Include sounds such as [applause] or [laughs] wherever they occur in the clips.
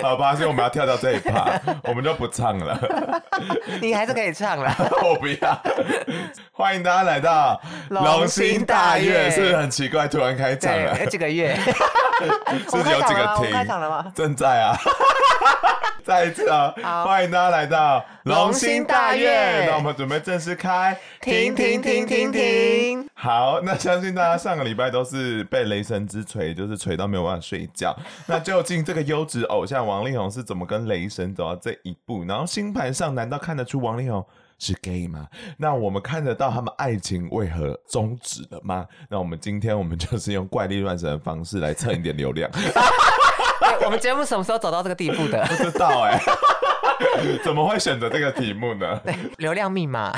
好吧，所以我们要跳到这一趴， [laughs] 我们就不唱了， [laughs] [laughs] 你还是可以唱啦。我不要。欢迎大家来到龙兴大悦是不是很奇怪？突然开场对，了有，几个月， [laughs] 是不是有几个我们开场停？了吗？正在啊。 [laughs] 再一次啊，好欢迎大家来到龙兴大悦那我们准备正式开，停停停停。停！好，那相信大家上个礼拜都是被雷神之锤，就是锤到没有办法睡觉。那究竟这个优质偶像王力宏是怎么跟雷神走到这一步？然后星盘上难道看得出王力宏是 gay 吗？那我们看得到他们爱情为何终止了吗？那我们今天我们就是用怪力乱神的方式来蹭一点流量，哎我们节目什么时候走到这个地 [laughs] 步的？不知道哎、怎么会选择这个题目呢？流量密码，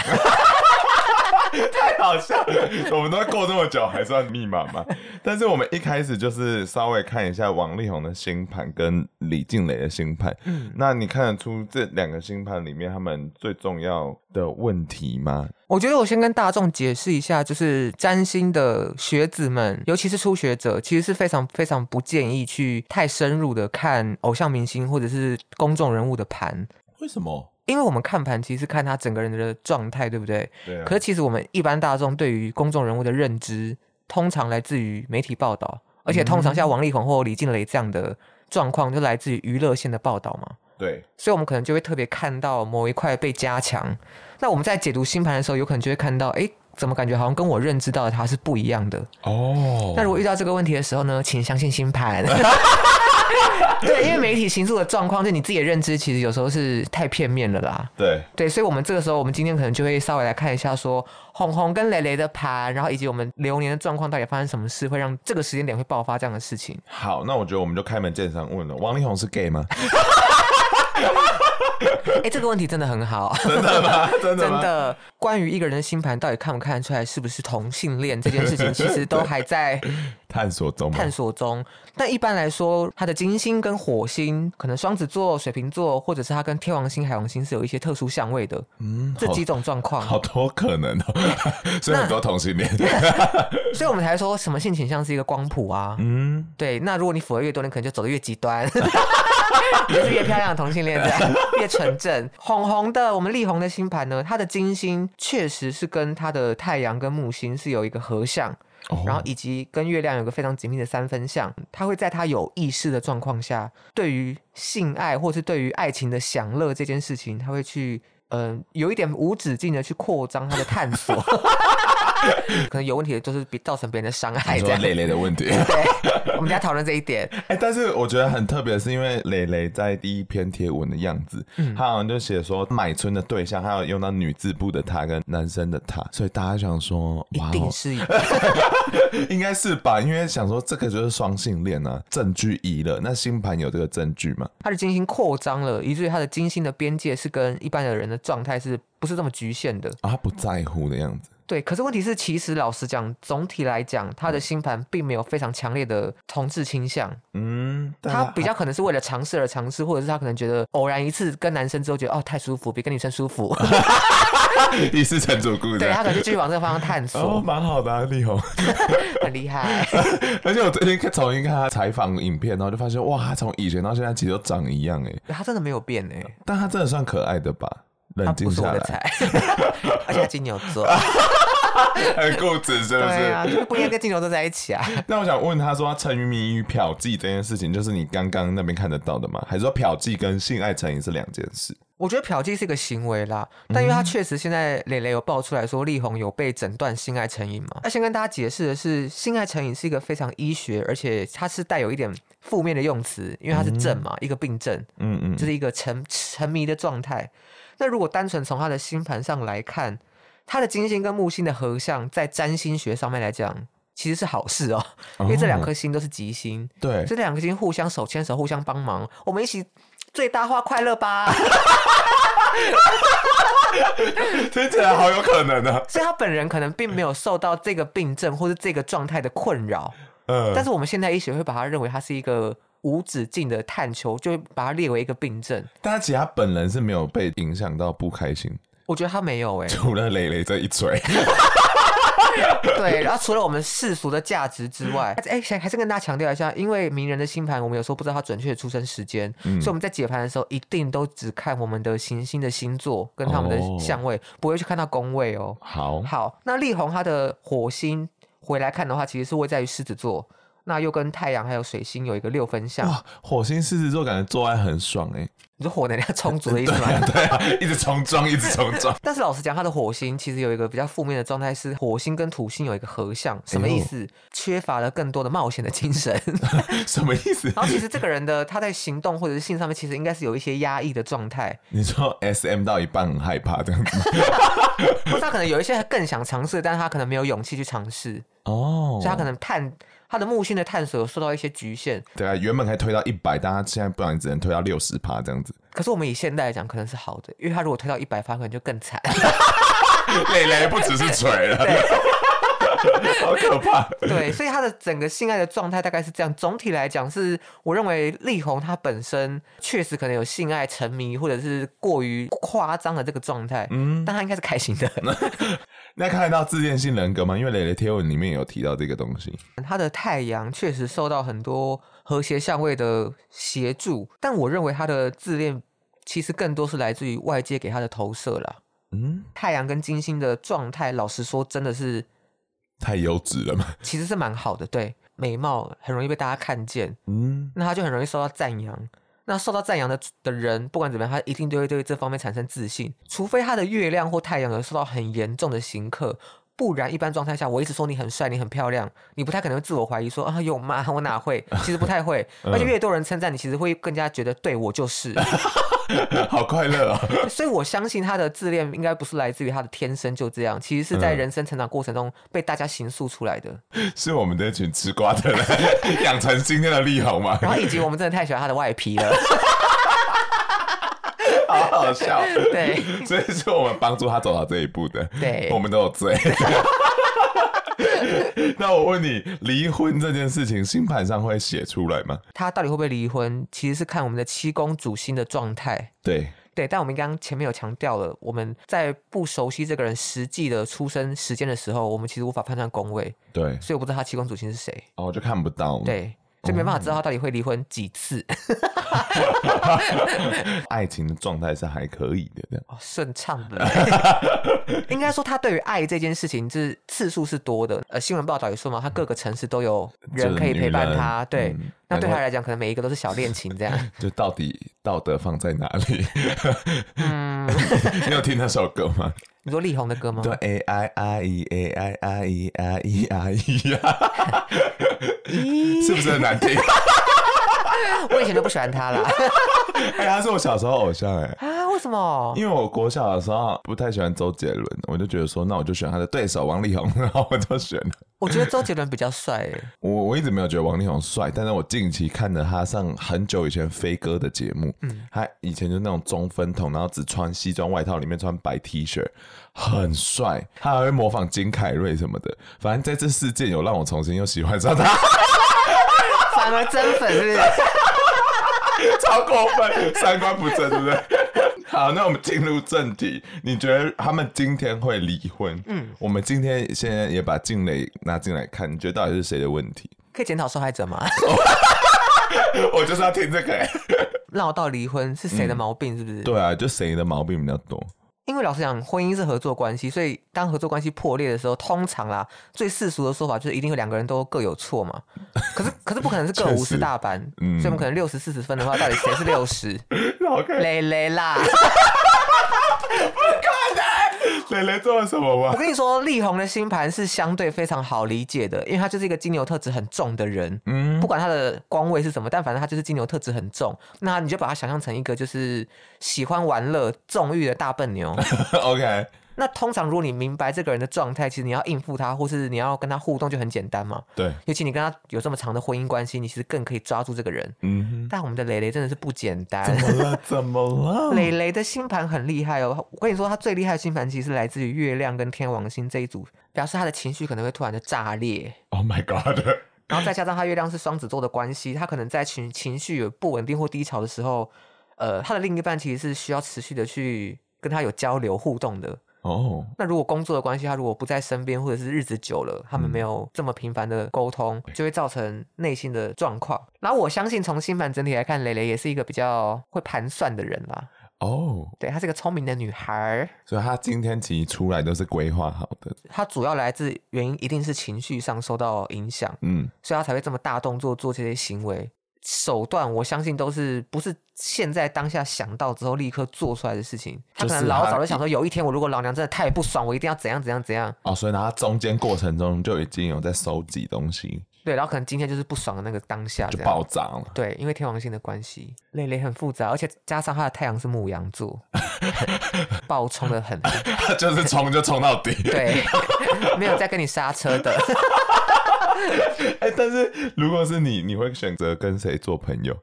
太好笑了！我们都过这么久还算密码吗？ [laughs] 但是我们一开始就是稍微看一下王力宏的星盘跟李静蕾的星盘。那你看得出这两个星盘里面他们最重要的问题吗？我觉得我先跟大众解释一下，就是占星的学子们，尤其是初学者，其实是非常非常不建议去太深入的看偶像明星或者是公众人物的盘，为什么？因为我们看盘其实是看他整个人的状态，对不对？对啊，可是其实我们一般大众对于公众人物的认知，通常来自于媒体报道，而且通常像王力宏或李静蕾这样的状况，就来自于娱乐线的报道嘛。对，所以我们可能就会特别看到某一块被加强。那我们在解读星盘的时候，有可能就会看到，诶，怎么感觉好像跟我认知到的他是不一样的？哦那如果遇到这个问题的时候呢，请相信星盘。 [laughs] 对，因为媒体行述的状况，就你自己的认知，其实有时候是太片面了啦。对，对，所以，我们这个时候，我们今天可能就会稍微来看一下说，红红跟蕾蕾的盘，然后以及我们流年的状况，到底发生什么事，会让这个时间点会爆发这样的事情。好，那我觉得我们就开门见山问了：王力宏是 gay [laughs] 吗？哎，这个问题真的很好，真的吗？ [laughs] 真的真吗？的。关于一个人的星盘到底看不看得出来是不是同性恋这件事情，其实都还在探索中吗？探索中。但一般来说，它的金星跟火星，可能双子座、水瓶座，或者是它跟天王星、海王星是有一些特殊相位的。嗯，这好几种状况，好多可能哦， [laughs] 所以很多同性恋。所以我们才说什么性倾向是一个光谱啊。嗯，对，那如果你符合越多，你可能就走的越极端， [laughs] 你就是越漂亮的同性恋这样，越纯正。红红的，我们力宏的星盘呢，它的金星确实是跟它的太阳跟木星是有一个合相，哦然后以及跟月亮有个非常紧密的三分相，它会在它有意识的状况下，对于性爱或是对于爱情的享乐这件事情，它会去。嗯，有一点无止境的去扩张它的探索， [laughs] 可能有问题的就是比造成别人的伤害你这说样。累累的问 [laughs] 题。对，我们要讨论这一点。 [laughs] 哎、但是我觉得很特别，是因为蕾蕾在第一篇贴文的样子，嗯她好像就写说买春的对象，她有用到女字部的她跟男生的她，所以大家想说，一哇、定哦，是一 [laughs] 应该是吧？因为想说这个就是双性恋啊，证据一了，那星盘有这个证据吗？他的金星扩张了，以至于他的金星的边界是跟一般的人的状态是不是这么局限的？啊，她不在乎的样子，对，可是问题是，其实老实讲，总体来讲，他的星盘并没有非常强烈的同志倾向，嗯，但他比较可能是为了尝试而尝试，或者是他可能觉得偶然一次跟男生之后觉得哦太舒服，比跟女生 [laughs] 舒服，一世成主顾对他的。可能就继续往这个方向探哦，索，蛮好的、啊，力宏。很厉害。 [laughs] 而且我最近看重新看他采访影片，然后就发现，哇，他从以前到现在其实都长一样哎，他真的没有变哎、但他真的算可爱的吧？他冷静不是下我的来， [laughs] 菜， [laughs] 而且他金牛座，很固执，是不对是？啊，就是不应该跟金牛座在一起啊。那我想问他说，他沉迷于嫖妓这件事情，就是你刚刚那边看得到的吗？还是说嫖妓跟性爱成瘾是两件事？我觉得嫖妓是一个行为啦，但嗯因为他确实现在蕾蕾有爆出来说力宏有被诊断性爱成瘾嘛。那先跟大家解释的是，性爱成瘾是一个非常医学，而且它是带有一点负面的用词，因为它是症嘛，一个病症，嗯嗯，就是一个沉沉迷的状态。那如果单纯从他的星盘上来看，他的金星跟木星的合相，在占星学上面来讲，其实是好事哦，因为这两颗星都是吉星，对这两颗星互相手牵手，互相帮忙，我们一起最大化快乐吧。 [laughs] 听起来好有可能啊。所以他本人可能并没有受到这个病症或是这个状态的困扰，嗯， [laughs] 但是我们现在医学会把它认为它是一个无止境的探求，就会把它列为一个病症。但他其实他本人是没有被影响到不开心，我觉得他没有哎、除了蕾蕾这一 [laughs] 嘴。对，然后除了我们世俗的价值之 [laughs] 外，哎、还还是跟大家强调一下，因为名人的星盘，我们有时候不知道他准确的出生时间，所以我们在解盘的时候，一定都只看我们的行星的星座跟他们哦的相位，不会去看到宫位哦。好，好，那力宏他的火星回来看的话，其实是位在于狮子座，那又跟太阳还有水星有一个六分相，哇，火星狮子座感觉做爱很爽哎、你说火能量充足的意思吗？ [laughs] 对啊，一直重装，一直重装。 [laughs] 但是老实讲，他的火星其实有一个比较负面的状态，是火星跟土星有一个合相，什哎么意思？缺乏了更多的冒险的精神。 [laughs] 什么意思？然后其实这个人的他在行动或者是性上面，其实应该是有一些压抑的状态，你说 S M 到一半很害怕这样 [laughs] 子吗？或者他可能有一些更想尝试，但是他可能没有勇气去尝试，哦所以他可能探他的木星的探索有受到一些局限。对啊，原本可以推到一百，但他现在不然只能推到六十趴这样 [laughs] 子。可是我们以现代来讲，可能是好的，因为他如果推到一百发，可能就更惨。蕾蕾不只是锤 [laughs] 了，好可怕。对，所以他的整个性爱的状态大概是这样。总体来讲是，我认为力宏他本身确实可能有性爱沉迷或者是过于夸张的这个状态，嗯，但他应该是开心的。那看得到自恋性人格吗？因为蕾蕾贴文里面有提到这个东西。他的太阳确实受到很多和谐相位的协助，但我认为他的自恋其实更多是来自于外界给他的投射啦。嗯，太阳跟金星的状态，老实说，真的是太优质了嘛。其实是蛮好的。对，美貌很容易被大家看见，嗯， [laughs] 那他就很容易受到赞扬。那受到赞扬的的人，不管怎么样，他一定都会对这方面产生自信，除非他的月亮或太阳有受到很严重的刑克，不然一般状态下，我一直说你很帅，你很漂亮，你不太可能会自我怀疑说啊有吗？我哪会？其实不太会，而且越多人称赞你，其实会更加觉得对我就是。好快乐啊、所以我相信他的自恋应该不是来自于他的天生就这样，其实是在人生成长过程中被大家形塑出来的。是我们这群吃瓜的人 [laughs] 养成今天的力宏吗？然后以及我们真的太喜欢他的外皮了，好好笑。 [laughs] 对。所以是我们帮助他走到这一步的。对我们都有 [laughs] 罪。那我问你，离婚这件事情，星盘上会写出来吗？他到底会不会离婚，其实是看我们的七宫主星的状态。对，对，但我们刚刚前面有强调了，我们在不熟悉这个人实际的出生时间的时候，我们其实无法判断宫位，对，所以我不知道他七宫主星是谁。哦，就看不到。，对，所以没办法知道他到底会离婚几次。 [laughs] 爱情的状态是还可以的，这 [laughs] 样。哦，顺畅的嘞， [laughs] 应该说他对于爱这件事情是次数是多的。呃，新闻报道也说嘛，他各个城市都有人可以陪伴他。就是女对人嗯，那对他来讲，可能每一个都是小恋情 [laughs] 这样。就到底道德放在哪里？嗯， [laughs] 哦你有听那首歌吗？你说力宏的歌吗？对，A I I E A I I E I E I E 啊，[laughs] 咦，是不是很难 [laughs] 听？啊我以前就不喜欢 [laughs] 他了。哎，他是我小时候偶像哎。啊？为什么？因为我国小的时候不太喜欢周杰伦，我就觉得说，那我就选他的对手王力宏，然后我就选了。 [laughs] 我觉得周杰伦比较帅欸耶。我我一直没有觉得王力宏帅，但是我近期看了他上很久以前飞哥的节目，他以前就那种中分头，然后只穿西装外套，里面穿白 T 恤，很帅。他还会模仿金凯瑞什么的，反正在这事件有让我重新又喜欢上他，反而真粉是不是？ [laughs] 超过分，三观不正，对不对？ [laughs] 好，那我们进入正题。你觉得他们今天会离婚？嗯，我们今天现在也把静蕾拿进来看，你觉得到底是谁的问题？ [laughs] 可以检讨受害者吗？ [laughs] 我就是要听这个、欸。 [laughs] 闹到离婚是谁的毛病？是不是？对啊，就谁的毛病比较多？因为老实讲，婚姻是合作关系，所以当合作关系破裂的时候，通常啦，最世俗的说法就是一定会两个人都各有 [laughs] 错嘛。可是可是不可能是各确五实十大板，嗯 [laughs] 所以我们可能六十四十分的话，到底谁是六十？好看。蕾蕾啦，蕾蕾做了什么我吗？跟你说，力宏的星盘是相对非常好理解的，因为他就是一个金牛特质很重的人。嗯不，管他的官位是什么，但反正他就是金牛特质很重，那你就把他想象成一个就是喜欢玩乐、纵欲的大 [laughs] 笨牛。 [laughs] OK，那通常如果你明白这个人的状态，其实你要应付他，或是你要跟他互动就很简单嘛。对，尤其你跟他有这么长的婚姻关系，你其实更可以抓住这个人。嗯但我们的蕾蕾真的是不简单哼，，怎么了？怎么了？蕾蕾的星盘很厉害哦。我跟你说，她最厉害的星盘其实是来自于月亮跟天王星这一组，表示她的情绪可能会突然的炸裂。 Oh my [laughs] god！然后再加上他月亮是双子座的关系，他可能在情情绪有不稳定或低潮的时候，呃，他的另一半其实是需要持续的去跟他有交流互动的。哦，那如果工作的关系，他如果不在身边，或者是日子久了，他们没有这么频繁的沟通，就会造成内心的状况。然后我相信，从星盘整体来看，蕾蕾也是一个比较会盘算的人啦。哦，对，她是一个聪明的女孩儿，所以他今天其实出来都是规划好的。她主要来自原因一定是情绪上受到影响。嗯，所以他才会这么大动作做这些行为手段。我相信都是不是现在当下想到之后立刻做出来的事情。他可就能是他老早就想说，有一天我如果老娘真的太不爽，我一定要怎样怎样怎样。哦，所以他中间过程中就已经有在收集东西，对，然后可能今天就是不爽的那个当下就这样爆。炸了。 [laughs] 对，因为天王星的关系，蕾蕾很复杂，而且加上她的太阳是牧羊座， [laughs] 暴冲 [laughs] 的很，就是冲就冲到底。对， [laughs] 没有在跟你刹车的。 [laughs] [laughs] 哎、但是如果是你，你会选择跟谁做朋友？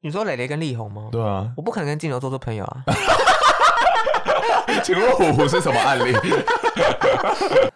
你说蕾蕾跟力宏吗？对啊，我不可能跟金牛座做朋友啊！ [laughs] 请问虎虎是什么案例？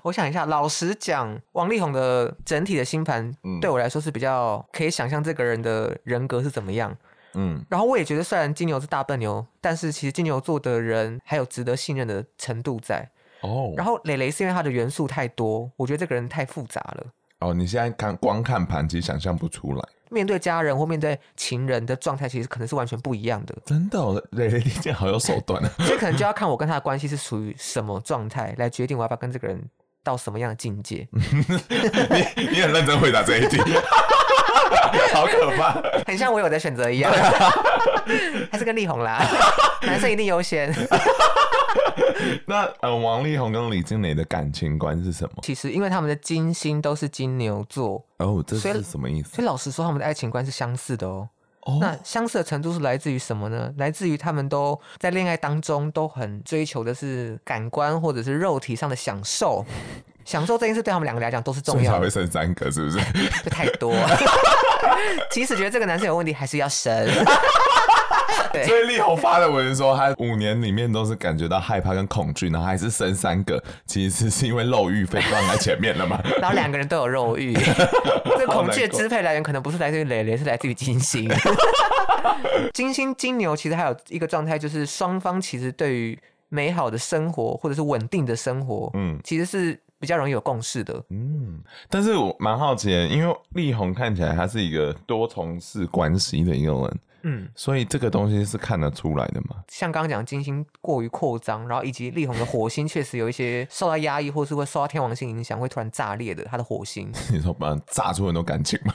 我想一下，老实讲，王力宏的整体的星盘嗯对我来说是比较可以想象这个人的人格是怎么样。 [laughs] 嗯，然后我也觉得，虽然金牛是大笨牛，但是其实金牛座的人还有值得信任的程度在。哦，然后磊磊是因为他的元素太多，我觉得这个人太复杂了。哦，你现在看光看盘，其实想象不出来，面对家人或面对情人的状态，其实可能是完全不一样的，真的、哦，蕾蕾你这样好有手段啊！所以可能就要看我跟他的关系是属于什么状态，来决定我要不要跟这个人到什么样的境界。 [laughs] 你你很认真回答这 [laughs] 一题，好可怕！很像我有的选择一 [laughs] 样，还是跟力宏啦，男生一定优先。那呃，王力宏跟李静蕾的感情观是什么？ [laughs] 其实因为他们的金星都是金牛座，哦，这所以是什么意思所？以老实说，他们的爱情观是相似的哦。哦那相似的程度是来自于什么呢？来自于他们都在恋爱当中都很追求的是感官或者是肉体上的享受，享受这件事对他们两个来讲都是所重以才要会的，生三个，是不是？就太多。 [laughs] 即使觉得这个男生有问题，还是要生。对所以力宏发的文说，他五年里面都是感觉到害怕跟恐惧，然后还是生三个，其实是因为漏欲被放在前面了 [laughs] 嘛。然后两个人都有肉欲，这恐惧的支配来源可能不是来自于蕾蕾，是来自于金星。金星金牛其实还有一个状态，就是双方其实对于美好的生活或者是稳定的生活，嗯其实是比较容易有共识的。嗯，但是我蛮好奇的，因为力宏看起来他是一个多重式关系的一个人，嗯，所以这个东西是看得出来的嘛。 [laughs] 像刚刚讲金星过于扩张，然后以及力宏的火星确实有一些受到压抑，或是会受到天王星影响，会突然炸裂的。他的火星你说把它炸出很多感 [laughs] 情嘛？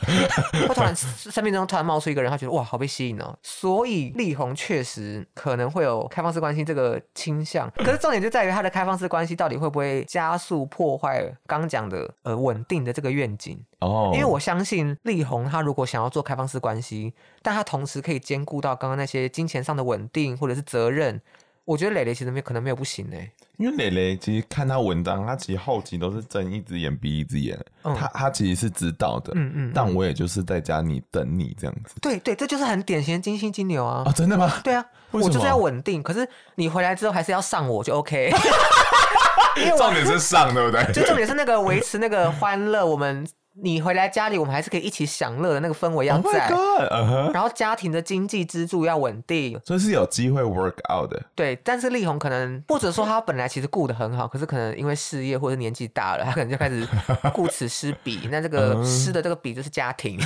会突然生命中突然冒出一个人，他觉得哇，好被吸引哦。所以力宏确实可能会有开放式关系这个倾向，可是重点就在于他的开放式关系到底会不会加速破坏刚讲的呃稳定的这个愿景？哦，因为我相信力宏他如果想要做开放式关系，但他同时可以兼顾到刚刚那些金钱上的稳定或者是责任。我觉得磊磊其实没有可能没有不行呢、欸因为蕾蕾其实看她文章，她其实后期都是睁一只眼闭一只眼，嗯她她其实是知道的，嗯嗯嗯但我也就是在家里等你这样子对对，这就是很典型的金星金牛啊啊、。真的吗？对啊，为我什就是么要稳定，可是你回来之后还是要上我 [laughs] 就 OK。因为 [laughs] 我重点是上，对不对？啊就重点是那个维持那个欢乐，我们你回来家里，我们还是可以一起享乐的那个氛 [laughs] 围要 Oh my 在。 god！嗯哼，然后家庭的经济支柱要稳定，所以是有机会 work out 的。对。但是力宏可能，或者说他本来其实顾得很好，可是可能因为事业或者年纪大了，他可能就开始顾此失彼。那这嗯个失的这个彼就是家庭，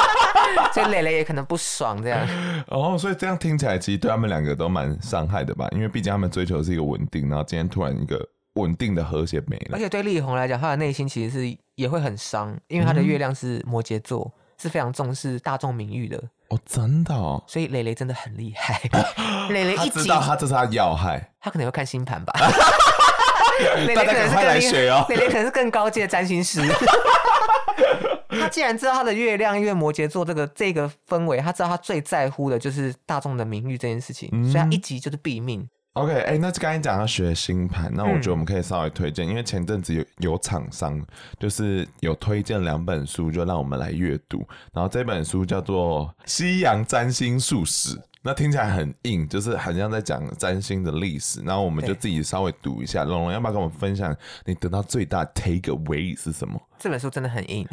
[laughs] 所以蕾蕾也可能不爽这样。哦，所以这样听起来，其实对他们两个都蛮伤害的吧？因为毕竟他们追求的是一个稳定，然后今天突然一个稳定的和谐没而了。且对力宏来讲，他的内心其嗯实是也会很伤，因为他的月亮是摩羯座，是非常重视大众名誉的。哦，真的哦，所以磊磊真的很 [laughs] 厉害。磊磊他一知集道他这是他要害，他可能会看星 [laughs] 盘吧。磊大磊家可能赶是快来更学厉哦害，。 [laughs] 磊磊可能是更高阶的占星师。 [laughs] 他既然知道他的月亮因为摩羯座这个这个氛围，他知道他最在乎的就是大众的名誉这件事情，所嗯以他一集就是毙命。 OK，哎、那刚才讲到学星盘，那我嗯觉得我们可以稍微推荐，因为前阵子有有厂商就是有推荐两本书，就让我们来阅读。然后这本书叫做《西洋占星术史》，那听起来很硬，就是很像在讲占星的历史。然后我们就对自己稍微读一下。龙龙要不要跟我们分享你得到最大 take away 是什么？这本书真的很 [laughs] 硬，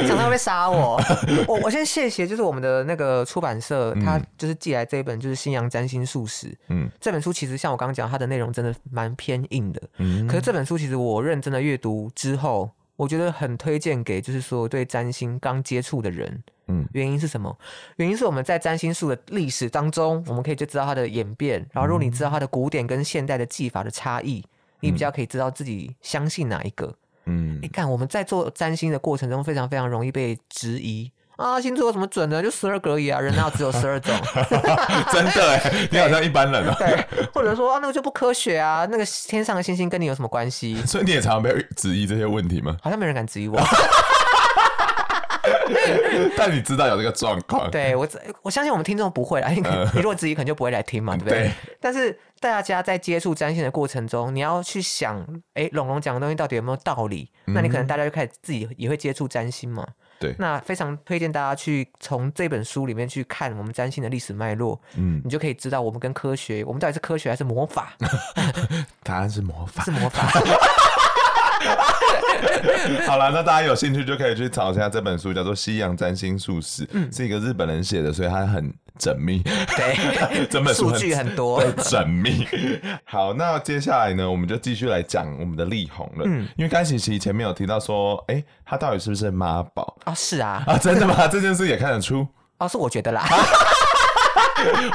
常常会被杀我。我我先谢谢，就是我们的那个出版社，他就是寄来这一本就是《新阳占星术史》嗯这本书。其实像我刚刚讲，它的内容真的蛮偏硬的。嗯可是这本书其实我认真的阅读之后，我觉得很推荐给就是说对占星刚接触的人。嗯原因是什么？原因是我们在占星术的历史当中，我们可以就知道它的演变。然后，如果你知道它的古典跟现代的技法的差异，你比较可以知道自己相信哪一个。嗯你、 [laughs] 看，我们在做占星的过程中，非常非常容易被质疑啊，星座有什么准呢？就十二个而已啊，人哪有只有十二种？ [laughs] 真的哎、你好像一般人哦、 [laughs] 对，或者说啊，那个就不科学啊，那个天上的星星跟你有什么关系？所以你也常常被质疑这些问题吗？ [laughs] 好像没人敢质疑我。但你知道有这个状况，对我只，我相信我们听众不会啦，因为你如果质疑，可能就不会来听嘛，对不对？对但是大家在接触占星的过程中，你要去想，哎，龙龙讲的东西到底有没有道理？那你可能大家就开始自己也会接触占星嘛。对那非常推荐大家去从这本书里面去看我们占星的历史脉络，嗯，你就可以知道我们跟科学，我们到底是科学还是魔法？ [laughs] 答案是魔法是。魔法。 [laughs] 好了，那大家有兴趣就可以去找一下这本书，叫做《西洋占星术史》，是一个日本人写的，所以它很缜密， [laughs] 对， [laughs] 整本书数据很多对缜密。好，那接下来呢，我们就继续来讲我们的力宏了。嗯因为甘喜琪前面有提到说，哎、她到底是不是妈宝啊、是啊，啊？真的吗？这件事也看得出。哦，是我觉得啦，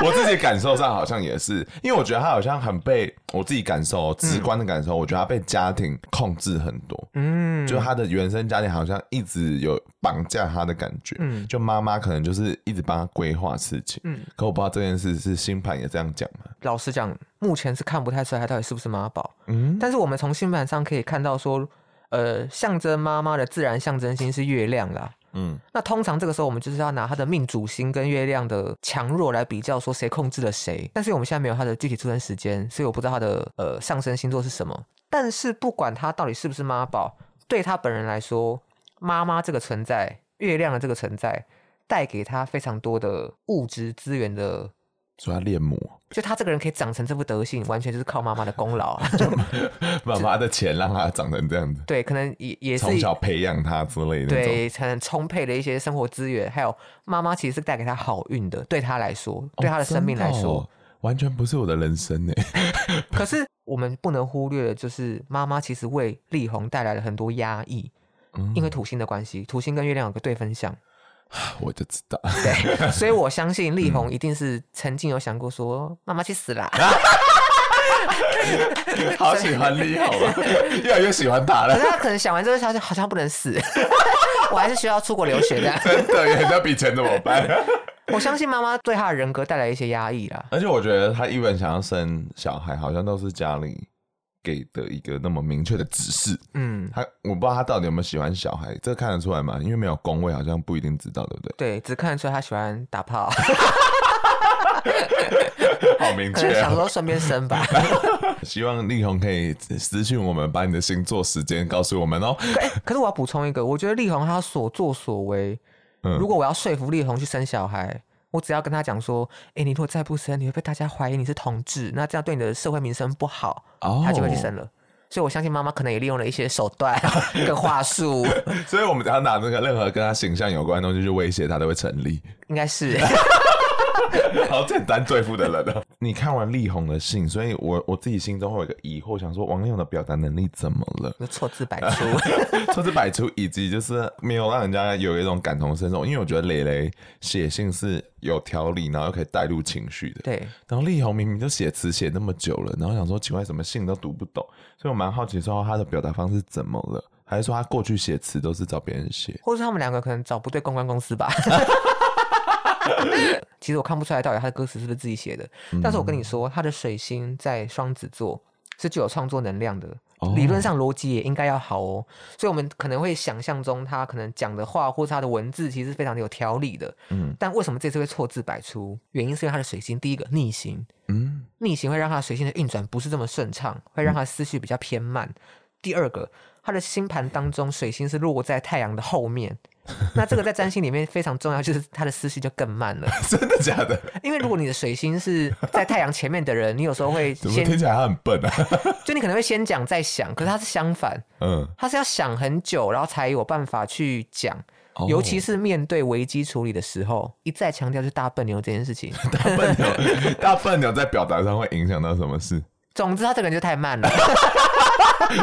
我自己感受上好像也是，因为我觉得他好像很被我自己感受哦直观的感受，我觉得他被家庭控制很多，嗯，就他的原生家庭好像一直有绑架他的感觉，嗯就妈妈可能就是一直帮他规划事情，嗯可我不知道这件事是星盘也这样讲吗？老实讲，目前是看不太出来他到底是不是妈宝。嗯，但是我们从星盘上可以看到说，呃，象征妈妈的自然象征星是月亮啦。嗯，那通常这个时候，我们就是要拿她的命主星跟月亮的强弱来比较，说谁控制了谁。但是我们现在没有她的具体出生时间，所以我不知道她的呃上升星座是什么。但是不管她到底是不是妈宝，对她本人来说，妈妈这个存在，月亮的这个存在，带给她非常多的物质资源的说他恋母，就他这个人可以长成这副德性，完全就是靠妈妈的 [laughs] 功劳 [laughs] 啊。妈妈的钱让他长成这样子，对，可能也也是从小培养他之类的那种。哦对，才能充沛的一些生活资源，还有妈妈其实是带给他好运的，对他来说，对他的生命来哦真的说。哦完全不是我的人生呢。可是我们不能忽略的就是，妈妈其实为力宏带来了很多压抑，因嗯为土星的关系，土星跟月亮有个对分相，我就知道， [laughs] 对，所以我相信力嗯宏一定是曾经有想过说，妈妈去死 [laughs] 啦， [laughs] 好喜欢李好啊，越来越喜欢他了可是。他可能想完之后，他就好像不能死， [laughs] 我还是需要出国留学这样。真的耶，那比钱怎么办？我相信妈妈对她的人格带来一些压抑啦。 [laughs] 而且我觉得他一本想要生小孩，好像都是家里给的一个那么明确的指示。嗯，他我不知道他到底有没有喜欢小孩，这看得出来吗？因为没有工位，好像不一定知道，对 [laughs] 不对？对，只看得出来她喜欢 [laughs] 打炮，好明可能确、想啊。说顺便生吧。 [laughs] 希望力宏可以私讯我们，把你的星座时间告诉我们哦。可、欸可是我要补充一个，我觉得力宏他所作所为，嗯如果我要说服力宏去生小孩。我只要跟他讲说，哎、你如果再不生，你会被大家怀疑你是同志，那这样对你的社会名声不好，哦他就会去生了。所以我相信妈妈可能也利用了一些手段 [laughs] 跟话术，所以我们只要拿那个任何跟他形象有关的东西去威胁他，都会成立。应 [laughs] 该是好简单对付的人哦。你看完力宏的信，所以我我自己心中会有一个疑惑，想说王力宏的表达能力怎么了？ [laughs] 有错字百出。错字百出，以及就是没有让人家有一种感同身受。因为我觉得蕾蕾写信是有条理，然后又可以带入情绪的。对，然后力宏明明就写词写那么久了，然后想说奇怪，什么信都读不懂，所以我蛮好奇说他的表达方式怎么了，还是说他过去写词都是找别人写？ [laughs] 或者是他们两个可能找不对公关公司吧。其实我看不出来到底他的歌词是不是自己写的，嗯但是我跟你说，他的水星在双子座是具有创作能量的，哦理论上逻辑也应该要好哦。所以我们可能会想象中他可能讲的话或是他的文字其实是非常的有条理的，嗯但为什么这次会错字百出？原因是因为他的水星第一个逆行， [laughs] 嗯，逆行会让他水星的运转不是这么顺畅，会让他思绪比较偏慢。第二个，他的星盘当中水星是落在太阳的 [laughs] 后面，那这个在占星里面非常重要，就是他的思绪就更慢了。真的假的？因为如果你的水星是在太阳前面的人，你有时候会怎么先听起来他很笨啊？就你可能会先讲再想，可是他是相反，嗯，他是要想很久，然后才有办法去讲。哦尤其是面对危机处理的时候，一再强调就是大笨牛这件事 [laughs] 情。大笨鸟，大笨鸟在表达上会影响到什么 [laughs] 事？总之，他这个人就太 [laughs] 慢了。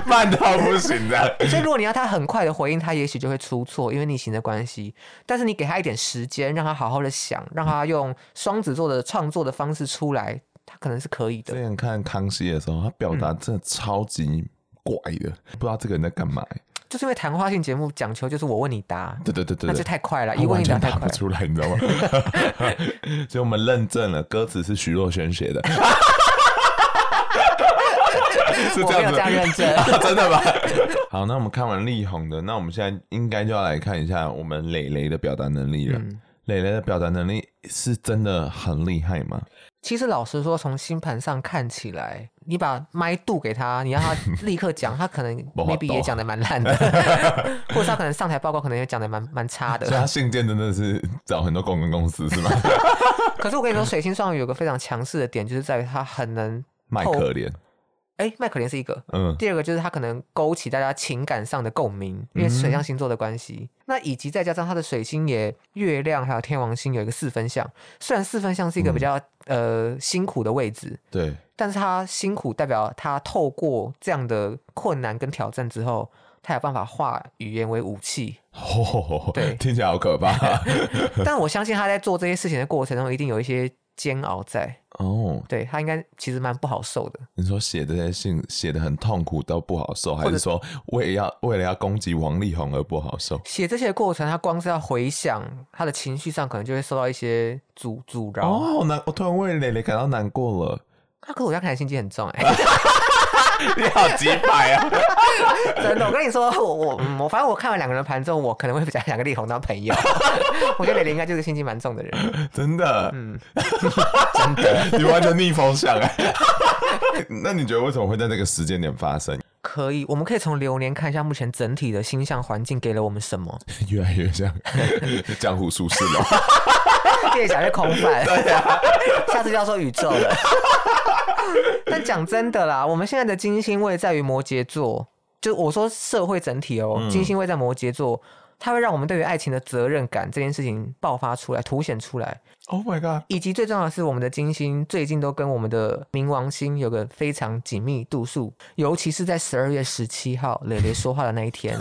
慢到不行的。所以如果你要他很快的回应，他也许就会出错，因为逆行的关系。但是你给他一点时间，让他好好的想，让他用双子座的创作的方式出来，他可能是可 [laughs] 以之的。前看康熙的时候，他表达真的超级怪的，不知道这个人在干嘛、欸。就是因为谈话性节目讲求就是我问你答，对对对对那就对，太快了，他一问完一答全太答快不了。出来，你知道吗？ [laughs] 所以我们认证了，歌词是徐若瑄写的。 [laughs] 是我这样没有子这样认真。啊 [laughs] 真的吗？好，那我们看完力宏的，那我们现在应该就要来看一下我们磊磊的表达能力了。嗯磊磊的表达能力是真的很厉害吗？其实老实说，从星盘上看起来，你把麦度给他，你让他立刻讲，他可能没法 maybe 抖也讲的蛮烂的，或者他可能上台报告可能也讲的蛮蛮差所以他的。信件真的是找很多公关公司是 [laughs] 吗？可是我跟你说，水星双鱼有个非常强势的点，就是在于他很能卖透可怜，哎，麦可怜是一个。嗯，第二个就是他可能勾起大家情感上的共鸣，因为水象星座的关系。那以及再加上他的水星也月亮还有天王星有一个四分相，虽然四分相是一个比较、呃辛苦的位置，对，但是他辛苦代表他透过这样的困难跟挑战之后，他有办法化语言为武器。哦，对 [laughs] 听起来好可怕 [laughs] [laughs] 但我相信他在做这些事情的过程中，一定有一些煎熬在。哦。对他应该其实蛮不好受的。你说写这些信写的很痛苦到不好受，还或者是说为要为了要攻击王力宏而不好受？写这些的过程，他光是要回想他的情绪上，可能就会受到一些阻阻挠。哦，好难，我突然为磊磊感到难过 [laughs] 了。他啊可是我家看起来心机很重哎、 [laughs] 你好几百啊！ [laughs] 真的，我跟你说，我我、嗯、我反正我看完两个人盘之后，我可能会比较想跟力宏当朋友。 [laughs] 我觉得磊磊应该就是心机蛮重的人。真的， [laughs] 嗯，你完全逆风向哎。 [laughs] 那你觉得为什么会在这个时间点发生？ [laughs] 可以，我们可以从流年看一下目前整体的星象环境给了我们什么。 [laughs] 越来越 [laughs] 像江湖术士了。越想越空泛，对啊， [laughs] 下次就要说宇宙了。但讲真的啦，我们现在的金星位在于摩羯座，就我说社会整体哦，金星位在摩羯座，它会让我们对于爱情的责任感这件事情爆发出来、凸显出来， [laughs] Oh my god！以及最重要的是，我们的金星最近都跟我们的冥王星有个非常紧密度数，尤其是在十二月十七号蕾蕾说话的那一天。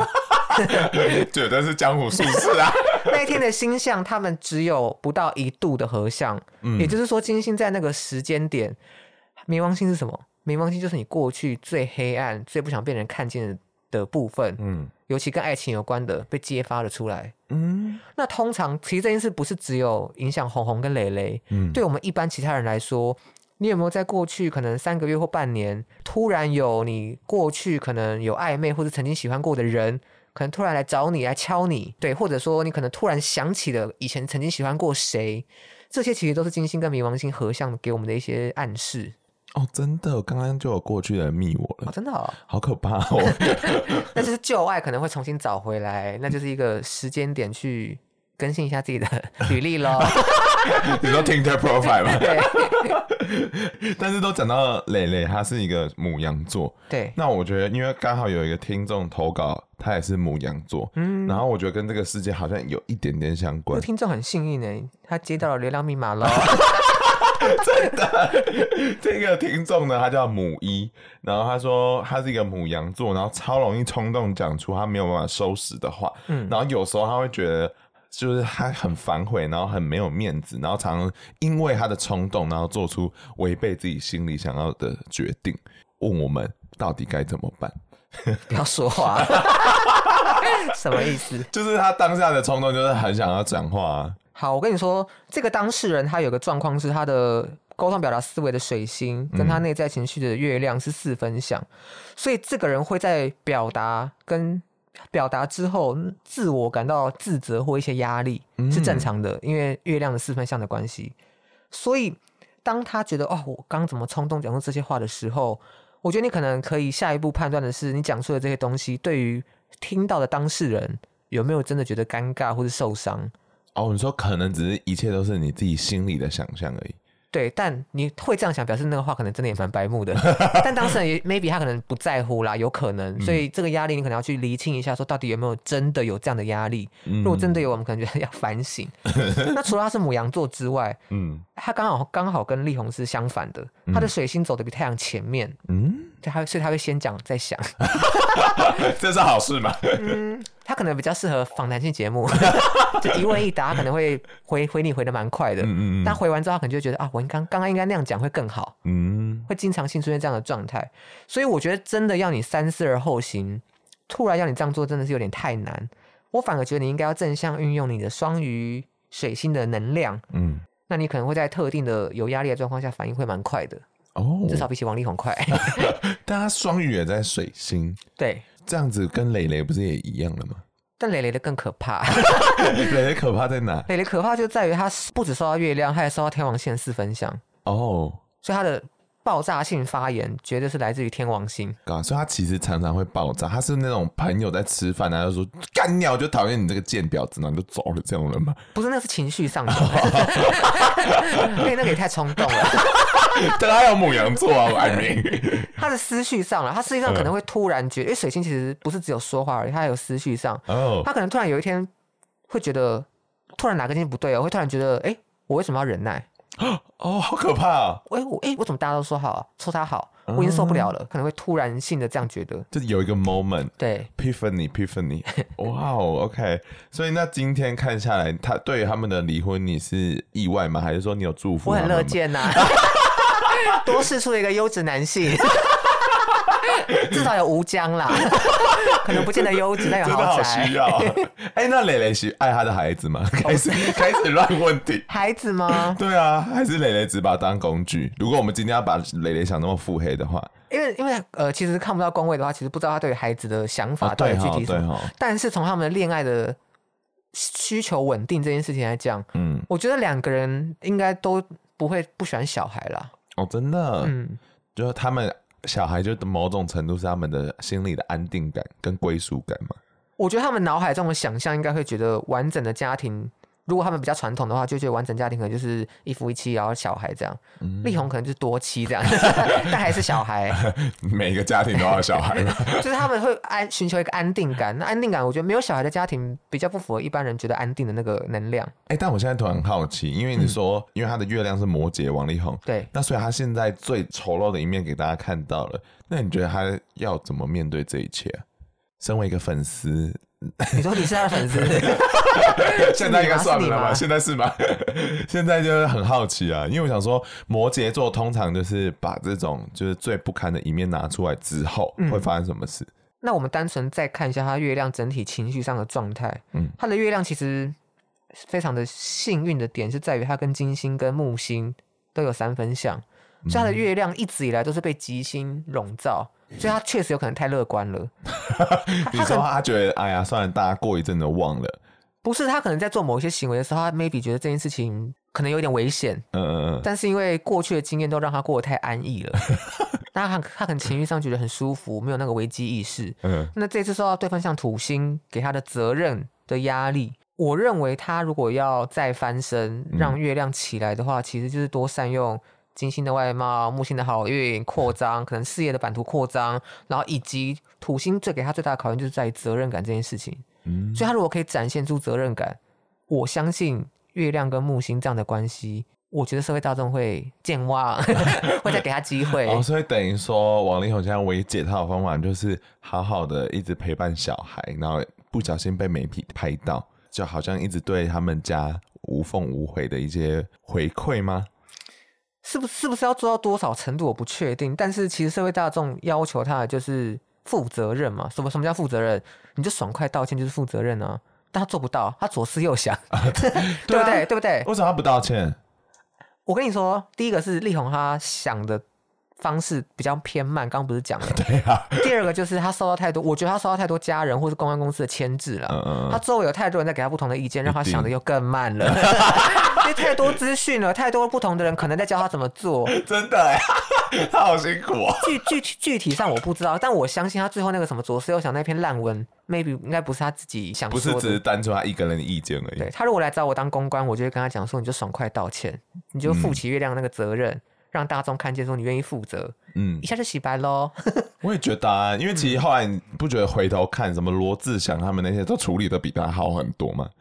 绝对是江湖术士啊！ [laughs] 那一天的星象，他们只有不到一度的合相，也就是说，金星在那个时间点，冥王星是什么？冥王星就是你过去最黑暗、最不想被人看见的部分，嗯尤其跟爱情有关的被揭发了出来。嗯那通常其实这件事不是只有影响红红跟蕾蕾，嗯，对我们一般其他人来说，你有没有在过去可能三个月或半年，突然有你过去可能有暧昧或者曾经喜欢过的人，可能突然来找你来敲你，对，或者说你可能突然想起了以前曾经喜欢过谁，这些其实都是金星跟冥王星合相给我们的一些暗示。哦，真的，我刚刚就有过去的人密我哦，了，真的哦，好可怕 [laughs] 哦！那就是旧爱可能会重新找回来，那就是一个时间点去更新一下自己的履历喽。你说 Tinder profile 吗？对 [laughs] 但是都讲到磊磊，他是一个母羊座，对，那我觉得，因为刚好有一个听众投稿，他也是母羊座，嗯然后我觉得跟这个世界好像有一点点相这关 [laughs] 个。听众很幸运呢，他接到了流量密码喽。这个听众呢，他叫母一，然后他说他是一个母羊座，然后超容易冲动讲出他没有办法收拾的话，嗯然后有时候他会觉得。就是他很反悔，然后很没有面子，然后常常因为他的冲动，然后做出违背自己心里想要的决定。问我们到底该怎么办？不要说话，什么意思？就是他当下的冲动，就是很想要讲话、啊，好，我跟你说，这个当事人他有个状况是他的沟通表达思维的水星跟他内在情绪的月亮是四分相，所以这个人会在表达跟表达之后自我感到自责或一些压力是正常的，因为月亮的四分相的关系。所以当他觉得哦，我刚怎么冲动讲出这些话的时候，我觉得你可能可以下一步判断的是，你讲出的这些东西对于听到的当事人有没有真的觉得尴尬或是受伤。哦，你说可能只是一切都是你自己心里的想象而已。对，但你会这样想，表示那个话可能真的也蛮 [laughs] 白目的。但当事人也 maybe 他可能不在乎啦，有可嗯能。所以这个压力你可能要去厘清一下，说到底有没有真的有这样的压力？嗯如果真的有，我们可能觉得要反省。 [laughs] 那除了他是母羊座之外，嗯他刚好刚好跟力宏是相反的，他的水星走的比太阳前面，嗯， [laughs] 就他所以他会先讲再想。这是好事嘛？嗯他可能比较适合访谈性节目， [laughs] 就一问一答，他可能会回回你回的蛮快的。嗯嗯但回完之后，他可能就会觉得啊，我刚刚刚应该那样讲会更好。嗯会经常性出现这样的状态，所以我觉得真的要你三思而后行，突然要你这样做真的是有点太难。我反而觉得你应该要正向运用你的双鱼水星的能量，嗯，那你可能会在特定的有压力的状况下反应会蛮快的，哦，至少比起王力宏快。但他双鱼也在水星， [laughs] 对，这样子跟磊磊不是也一样了吗？但蕾蕾的更可怕，磊磊可怕在哪？蕾蕾可怕就在于她不只受到月亮，她还受到天王星的四分相，哦，所以她的爆炸性发言绝对是来自于天王星。啊，所以他其实常常会爆炸。他是那种朋友在吃饭，然后就说干鸟，我就讨厌你这个贱婊子，然后就走了这种人吗？ [laughs] 不是，那是情绪 [laughs] 上头，对，那个也太冲动了。但他有母羊座啊，我爱明。他的思绪上了，他思绪上可嗯能会突然觉得，因为水星其实不是只有说话而已，他还有思绪上， [laughs] 哦他可能突然有一天会觉得，突然哪根筋不对哦，会突然觉得，哎、我为什么要忍耐？哦，好可怕、哦！哎、我哎、我怎么大家都说好、啊，说他好，我已经受不嗯了了，可能会突然性的这样觉得。就有一个 moment。对， Epiphany, Epiphany，哇 [laughs] 哦，OK，所以那今天看下来，他对于他们的离婚，你是意外吗？还是说你有祝福我他很们吗？乐 [laughs] 见呐、多试出了一个优质男性。 [laughs] 至少有吴江啦， [laughs] 可能不见得优质，但有真的豪好宅需。要。 [laughs] 哎、那蕾蕾是爱他的孩子 [laughs] 吗？开始开始乱问题。孩子吗？ [laughs] 对啊，还是蕾蕾只把他当工具。如果我们今天要把蕾蕾想那么腹黑的话，因为因为呃，其实看不到官位的话，其实不知道他对于孩子的想法啊到底对具哈体是什对么。哈，但是从他们的恋爱的需求稳定这件事情来讲，嗯，我觉得两个人应该都不会不喜欢小孩啦。哦，真的，嗯，就是他们小孩就某种程度是他们的心理的安定感跟归属感嘛。 [laughs] 我觉得他们脑海中的想象应该会觉得完整的家庭，如果他们比较传统的话，就觉得完整家庭可能就是一夫一妻，然后小孩这样。嗯力宏可能就是多妻这样， [laughs] 但还是小孩。每个家庭都要有小 [laughs] 孩嘛。就是他们会安寻求一个安定感。那安定感，我觉得没有小孩的家庭比较不符合一般人觉得安定的那个能量。哎、但我现在突然很好奇，因为你说，因为他的月亮是摩羯，王力宏，嗯对，那所以他现在最丑陋的一面给大家看到了。那你觉得他要怎么面对这一切啊、身为一个粉丝， [laughs] 你说你是他的粉丝， [laughs] 现在应该算了吧？是现在是吗？ [laughs] 现在就是很好奇啊，因为我想说，摩羯座通常就是把这种就是最不堪的一面拿出来之后，嗯会发生什么事？那我们单纯再看一下他月亮整体情绪上的状态。嗯嗯，他的月亮其实非常的幸运的点是在于他跟金星跟木星都有三分相，嗯所以他的月亮一直以来都是被吉星笼罩，所以他确实有可能太乐观了。他你他可说能他觉得，哎呀，算了，大家过一阵子忘了，不是他可能在做某一些行为的时候，他 maybe 觉得这件事情可能有点危险，嗯嗯嗯，但是因为过去的经验都让他过得太安 [laughs] 逸了，那他他可能情绪上觉得很舒服，没有那个危机意识。嗯，那这次受到对方像土星给他的责任的压力，我认为他如果要再翻身，嗯让月亮起来的话，其实就是多善用金星的外貌、木星的好运扩张，可能事业的版图扩张，然后以及土星最给他最大的考验就是在于责任感这件事情。嗯所以他如果可以展现出责任感，我相信月亮跟木星这样的关系，我觉得社会大众会 [laughs] 健忘，会再给他机会。哦，所以等于说，王力宏现在唯一解套的方法就是好好的一直陪伴小孩，然后不小心被媒体拍到，就好像一直对他们家无缝无悔的一些回馈吗？是不是不是要做到多少程度我不确定，但是其实社会大众要求他的就是负责任嘛。什么什么叫负责任？你就爽快道歉就是负责任啊。但他做不到，他左思右想，啊 [laughs] 对不对？对不对？为什么他不道歉？ [laughs] 我跟你说，第一个是力宏他想的方式比较偏慢，刚刚不是讲了？对啊。第二个就是他收到太多，我觉得他收到太多家人或是公关公司的牵制了。嗯嗯嗯他周围有太多人在给他不同的意见，让他一定想的又更慢 [laughs] 了， [laughs] 因为太多资讯了，太多不同的人可能在教他怎么做。真的哎、 [laughs] 他好辛苦哦。具具体具体上我不知道，但我相信他最后那个什么左思右想那篇烂文，maybe 应该不是他自己想不是说的。只是单纯他一个人的意见而对已。他如果来找我当公关，我就会跟他讲说，你就爽快道歉，你就嗯负起月亮那个责任，让大众看见说你愿意负责，嗯一，下就洗白喽。我也觉得啊，因为其实后来你不觉得回头看什么罗志祥他们那些都处理的比他好很多吗？ [laughs]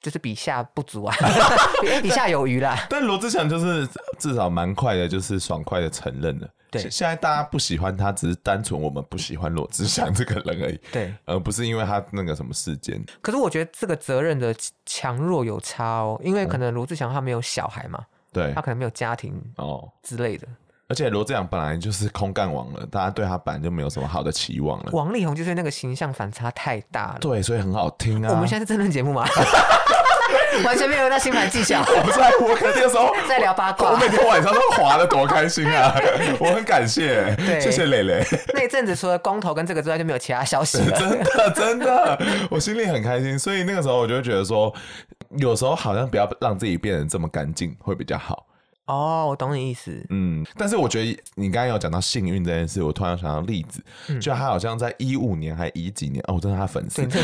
就是比下不足啊， [laughs] 比比下有余啦。 [laughs] 但罗志祥就是至少蛮快的，就是爽快的承认了。对现现在大家不喜欢他，只是单纯我们不喜欢罗志祥这个人而已，对，而不是因为他那个什么事件。可是我觉得这个责任的强弱有差哦，嗯因为可能罗志祥他没有小孩嘛，对他，可能没有家庭哦，之类的。而且罗志祥本来就是空干王了，大家对他本来就没有什么好的期望了。王力宏就是那个形象反差太大了。对，所以很好听啊。我们现在是争论节目吗？ [laughs] 完全没有那星盘 [laughs] 技巧，我不是在播客那个时候，在聊八 [laughs] 我卦每。天晚上都滑的多开心啊！我很感谢，欸 [laughs] 对谢谢蕾蕾， [laughs] 那一阵子除了公投跟这个之外，就没有其他消息了。真的真的，我心里很开心。所以那个时候我就会觉得说，有时候好像不要让自己变得这么干净会比较好。哦，我懂你意思。嗯，但 [laughs] 是我觉得你刚刚有讲到幸运这件事，我突然想到例子，就他好像在一五年还一几年哦，我真的他粉丝嗯对，，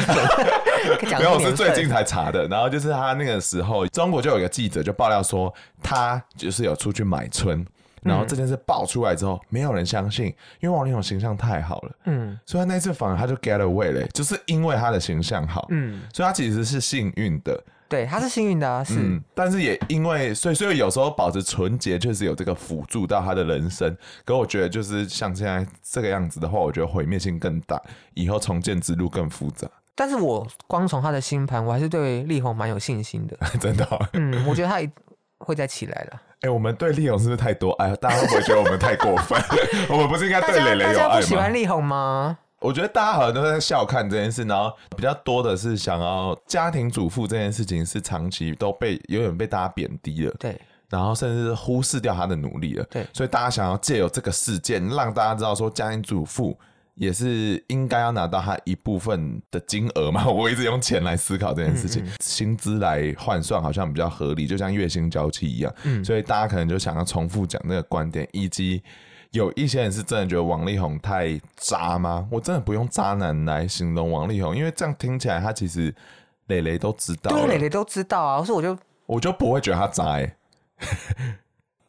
[laughs] 这个 [laughs] 讲没有，出我是年最近份。才查的。然后就是他那个时候，中国就有一个记者就爆料说，他就是有出去买春，然后这件事爆出来之后，没有人相信，因为王力宏形象太好了，嗯所以他那次反而他就 get away 了、就是因为他的形象好，嗯，所以他其实是幸运的，对，他是幸运的、啊，是、嗯，但是也因为，所以所以有时候保持纯洁确实有这个辅助到他的人生。可我觉得就是像现在这个样子的话，我觉得毁灭性更大，以后重建之路更复杂， [laughs] 但是我光从他的星盘，我还是对力宏蛮有信心 [laughs] 的。真的哦、嗯，我觉得他一会再起来了。哎、我们对丽勇是不是太多爱？大家会不会觉得我们太过 [laughs] 分？我们不是应该大对家蕾蕾大有家爱不喜欢吗？力宏吗？我觉得大家好像都在笑看这件事，然后比较多的是想要家庭主妇这件事情是长期都被有点被大家贬低了，对，然后甚至是忽视掉她的努力了。对所以大家想要借由这个事件让大家知道说家庭主妇。也是应该要拿到她一部分的金额嘛？ [laughs] 我一直用钱来思考这件事嗯情，薪资来换算好像比较合理，就像月薪交期一样。嗯所以大家可能就想要重复讲那个观点，以及有一些人是真的觉得王力宏太渣吗？我真的不用渣男来形容王力宏，因为这样听起来他其实磊磊都知道对，了，磊磊都知道啊。所以我就，我就不会觉得他渣、 [laughs] 欸。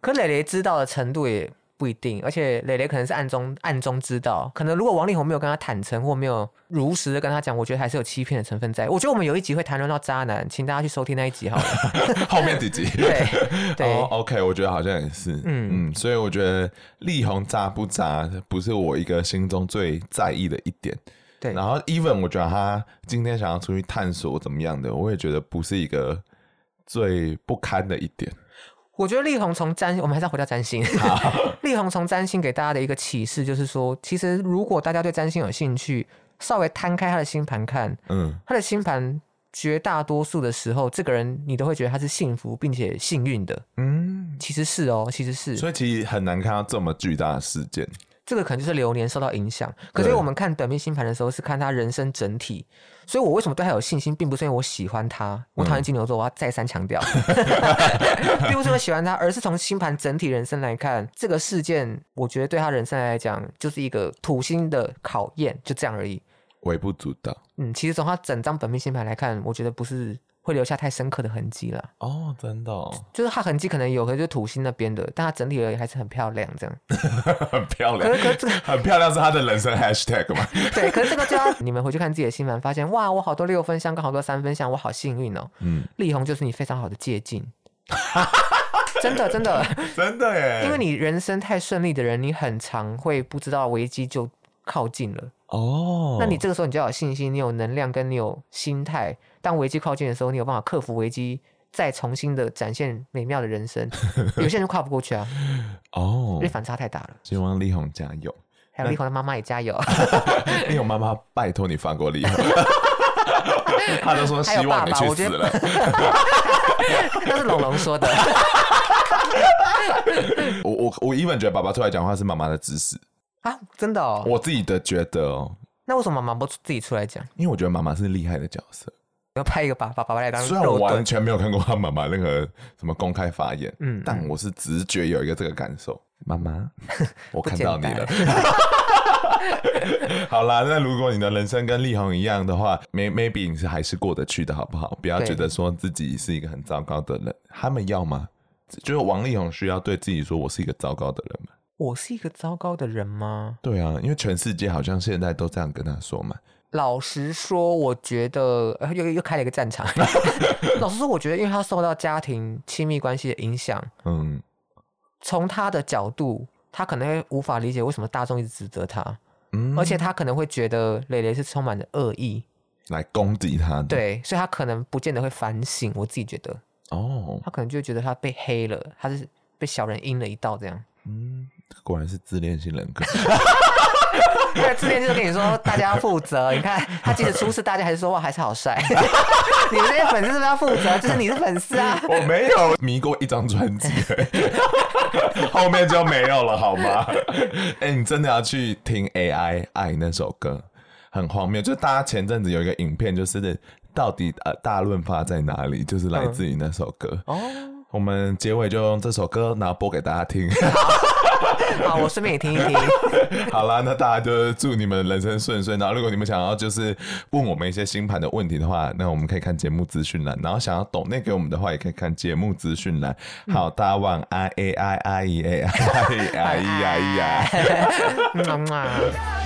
可磊磊知道的程度也不一定，而且磊磊可能是暗中暗中知道。可能如果王力宏没有跟他坦诚，或没有如实的跟他讲，我觉得还是有欺骗的成分在。我觉得我们有一集会谈论到渣男，请大家去收听那一集 [laughs] 好了。后面几集，对对、哦、o k 我觉得好像也是，嗯嗯嗯，所以我觉得力宏渣不渣，不是我一个心中最在意的一点。对，哦然后，even 我觉得他今天想要出去探索怎么样的，我也觉得不是一个最不堪的一点。我觉得力宏从占，我们还是要回到占星。 [laughs] 力宏从占星给大家的一个启示就是说，其实如果大家对占星有兴趣，稍微摊开他的星盘看，嗯，他的星盘绝大多数的时候，这个人你都会觉得他是幸福并且幸运的。嗯，其实是哦，其实是所以其实很难看到这么巨大的事件。这个可能就是流年受到影响。可是对我们看短命星盘的时候，是看他人生整体。所以我为什么对他有信心，并不是因为我喜欢他，我讨厌金牛座，我要再三强调， [laughs] 并不是因为喜欢他，而是从星盘整体人生来看，这个事件，我觉得对他人生来讲，就是一个土星的考验，就这样而已。微不足道。嗯，其实从他整张本命星盘来看，我觉得不是会留下太深刻的痕迹了。哦，真的、哦，就是它痕迹可能有，可能就是土星那边的，但它整体而言还是很漂亮。这样， [laughs] 很漂可亮是，可是这个很漂亮是他的人生 hashtag 嘛？对，可是这个就要 [laughs] 你们回去看自己的星盘，发现哇，我好多六分相跟好多三分相，我好幸运哦。嗯，力宏就是你非常好的借鉴， [laughs] 真的 [laughs] 真的，真的耶，因为你人生太顺利的人，你很常会不知道危机就靠近了。哦，那你这个时候你就要有信心，你有能量跟你有心态，当危机靠近的时候，你有办法克服危机。再重新的展现美妙的人生，有些人跨不过去啊，因哦为，反差太大了。希望力宏加油。 [laughs] 哎还有力宏的妈妈也加油。 [laughs] 因为我妈妈拜托你放过力宏，他都说还有希望你爸爸去我死觉得了。 [laughs] 那是龙龙说的。 [laughs] 我我我一本觉得爸爸出来讲话是妈妈的指使，啊，真的哦？我自己的觉得哦，那为什么妈妈不自己出来讲？ [laughs] 因为我觉得妈妈是厉害的角色，要拍一个爸爸，爸爸来当虽然我肉完盾。全没有看过他妈妈任何什么公开发言，嗯但我是直觉有一个这个感受，妈妈，我看到 [laughs] 你了。好啦，那如果你的人生跟力宏一样的话，may maybe 你是还是过得去的，好不好？不要对觉得说自己是一个很糟糕的人，他们要吗？就是王力宏需要对自己说我是一个糟糕的人吗？我是一个糟糕的人吗？对啊，因为全世界好像现在都这样跟他说嘛。老实说，我觉得、呃、又又开了一个战 [laughs] 场。老实说，我觉得因为他受到家庭亲密关系的影响，嗯，从他的角度，他可能会无法理解为什么大众一直指责他，嗯而且他可能会觉得蕾蕾是充满着恶意，来攻击他的，对，所以他可能不见得会反省。我自己觉得，哦，他可能就会觉得他被黑了，他是被小人阴了一道这样。嗯，果然是自恋型人格。对，之前就是跟你说大家要负责，你看他即使出事，大家还是说哇还是好帅。 [laughs] 你们这些粉丝是不是要负责？就是你是粉 [laughs] 丝啊。我没有迷过一张专 [laughs] 辑，后面就没有了，好吗？ [laughs] 哎、你真的要去听 AI 爱那首歌，很荒谬。就大家前阵子有一个影片，就是到底呃大润发在哪里，就是来自于那首歌。哦，我们结尾就用这首歌，然后播给大家听。好，我顺便也听一听。好啦，那大家就祝你们人生顺遂。然后，如果你们想要就是问我们一些星盘的问题的话，那我们可以看节目资讯栏。然后，想要懂内给我们的话，也可以看节目资讯栏。好，大家晚安，a i i e a i i e a i i e a i i e。嗯啊。